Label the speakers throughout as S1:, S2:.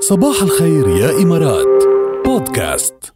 S1: صباح الخير يا إمارات بودكاست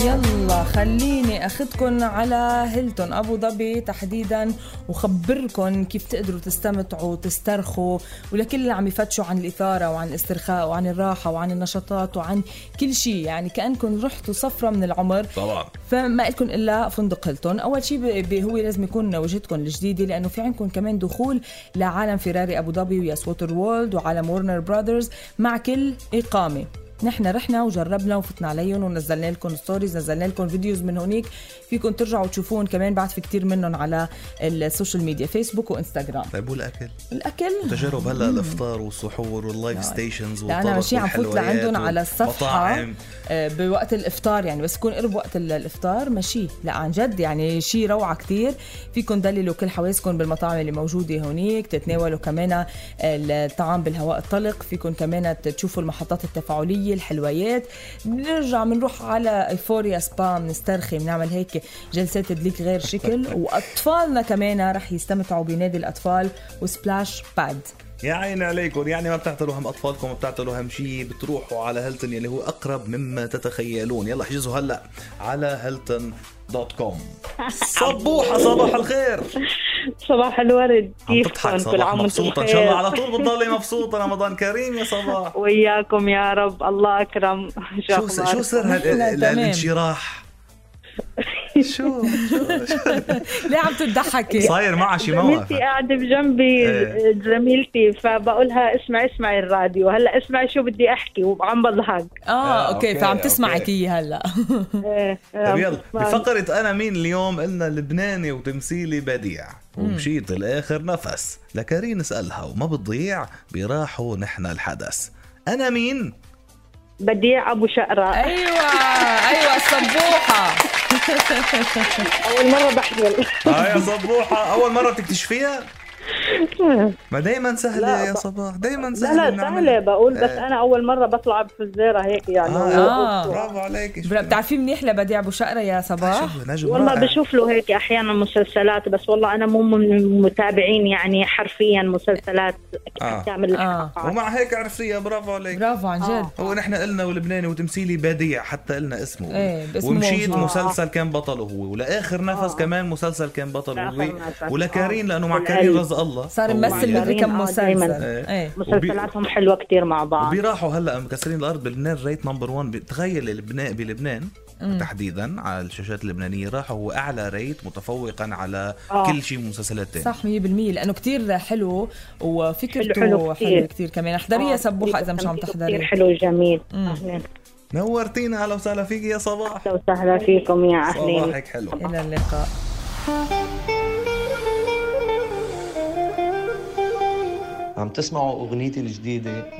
S2: يلا خليني اخذكن على هيلتون ابو ظبي تحديدا وخبركن كيف تقدروا تستمتعوا وتسترخوا ولكل اللي عم يفتشوا عن الاثاره وعن الاسترخاء وعن الراحه وعن النشاطات وعن كل شيء يعني كانكم رحتوا سفره من العمر
S3: طبعا
S2: فما لكم الا فندق هيلتون اول شيء ب- ب- هو لازم يكون وجهتكم الجديده لانه في عندكم كمان دخول لعالم فيراري ابو ظبي وياس ووتر وولد وعالم ورنر براذرز مع كل اقامه نحن رحنا وجربنا وفتنا عليهم ونزلنا لكم ستوريز نزلنا لكم فيديوز من هونيك فيكم ترجعوا تشوفون كمان بعد في كتير منهم على السوشيال ميديا فيسبوك وانستغرام
S3: طيب والاكل
S2: الاكل
S3: تجارب هلا الافطار والسحور واللايف ستيشنز
S2: لا انا ماشي عم فوت لعندهم على الصفحه
S3: مطاعم
S2: آه، بوقت الافطار يعني بس يكون قرب وقت ال- الافطار ماشي لا عن جد يعني شيء روعه كتير فيكم دللوا كل حواسكم بالمطاعم اللي موجوده هونيك تتناولوا كمان آه، الطعام بالهواء الطلق فيكم كمان تشوفوا المحطات التفاعليه الحلويات بنرجع بنروح على ايفوريا سبا بنسترخي بنعمل هيك جلسات تدليك غير شكل واطفالنا كمان رح يستمتعوا بنادي الاطفال وسبلاش باد
S3: يا عيني عليكم يعني ما بتعتلوا هم اطفالكم ما بتعتلوا هم شيء بتروحوا على هيلتون يلي هو اقرب مما تتخيلون يلا احجزوا هلا على هيلتون دوت كوم صبوحه صباح الخير
S4: صباح الورد
S3: عم تضحك
S4: كيفكم كل
S3: صباح
S4: عام وانتم
S3: مبسوطه ان شاء الله على طول بتضلي مبسوطه رمضان كريم يا صباح
S4: وياكم يا رب الله اكرم شو
S3: شو س- شو
S4: أخباركم؟
S3: سر
S2: نحن
S3: هال-
S2: تمام.
S3: هالانشراح شو
S2: ليه عم تضحكي
S3: صاير معها شي موقف
S4: زميلتي قاعدة بجنبي
S3: إيه.
S4: زميلتي فبقولها اسمع اسمعي الراديو هلا اسمع شو بدي احكي وعم بضحك
S2: اه
S3: آه،
S2: اوكي
S3: أوكي،
S2: فعم تسمعك
S3: أوكي.
S2: اياه هلا
S4: إيه،
S3: طيب
S4: عم
S3: يلا
S4: بسمع.
S3: بفقرة أنا مين اليوم قلنا لبناني وتمثيلي بديع ومشيت لآخر نفس لكارين اسألها وما بتضيع براحوا نحن الحدث أنا مين؟
S4: بديع ابو شقرة
S2: ايوه ايوه الصبوحه
S4: اول مرة بحمل
S3: آه يا صبوحة أول مرة بتكتشفيها؟ ما دايما سهلة
S4: لا،
S3: يا
S4: ب-
S3: صباح دايما
S4: لا
S3: سهلة
S4: لا سهلة
S3: بنعملها.
S4: بقول بس
S3: إيه.
S4: انا اول مرة بطلع بفزارة هيك يعني
S3: آه.
S2: آه.
S3: برافو عليك
S2: بر- بتعرفي منيح لبديع ابو شقره يا صباح
S3: شوف نجم
S4: والله
S3: رائع.
S4: بشوف له هيك احيانا مسلسلات بس والله انا مو من المتابعين يعني حرفيا مسلسلات
S3: آه.
S4: كامل
S2: آه.
S4: الحلقات
S3: ومع هيك عرفتيها برافو عليك
S2: برافو عن جد
S4: آه.
S3: هو نحن قلنا ولبناني وتمثيلي بديع حتى قلنا اسمه
S2: إيه، باسمه
S3: ومشيت
S2: موجود. آه.
S3: مسلسل كان بطله هو ولاخر نفس كمان مسلسل كان بطله
S4: لآخر
S3: هو
S4: نفس.
S3: ولكارين
S4: آه.
S3: لانه مع
S4: بالقلب.
S3: كارين رزق الله
S2: صار
S3: هو
S2: ممثل
S3: يعني.
S2: له
S4: يعني.
S2: بكم
S4: آه، دايماً.
S2: مسلسل
S3: إيه.
S2: ايه
S4: مسلسلاتهم حلوة كتير مع بعض
S3: وبيراحوا هلا مكسرين الارض بلبنان ريت نمبر 1 تخيل لبنان بلبنان تحديدا على الشاشات اللبنانيه راح هو اعلى ريت متفوقا على
S4: آه.
S3: كل شيء مسلسلات تانية
S2: صح 100% لانه كتير حلو وفكرته
S4: حلو- حلو
S2: حلوه
S4: كتير.
S2: حلو كتير كمان احضريها
S4: آه،
S2: سبوحه اذا مش عم
S4: تمثيله
S2: تحضري
S4: كتير حلو جميل
S2: مم.
S4: أهلين.
S3: نورتينا اهلا وسهلا فيك يا صباح
S4: أهلا وسهلا فيكم يا أهلين
S3: صباحك حلو
S2: الى اللقاء
S5: عم تسمعوا اغنيتي الجديده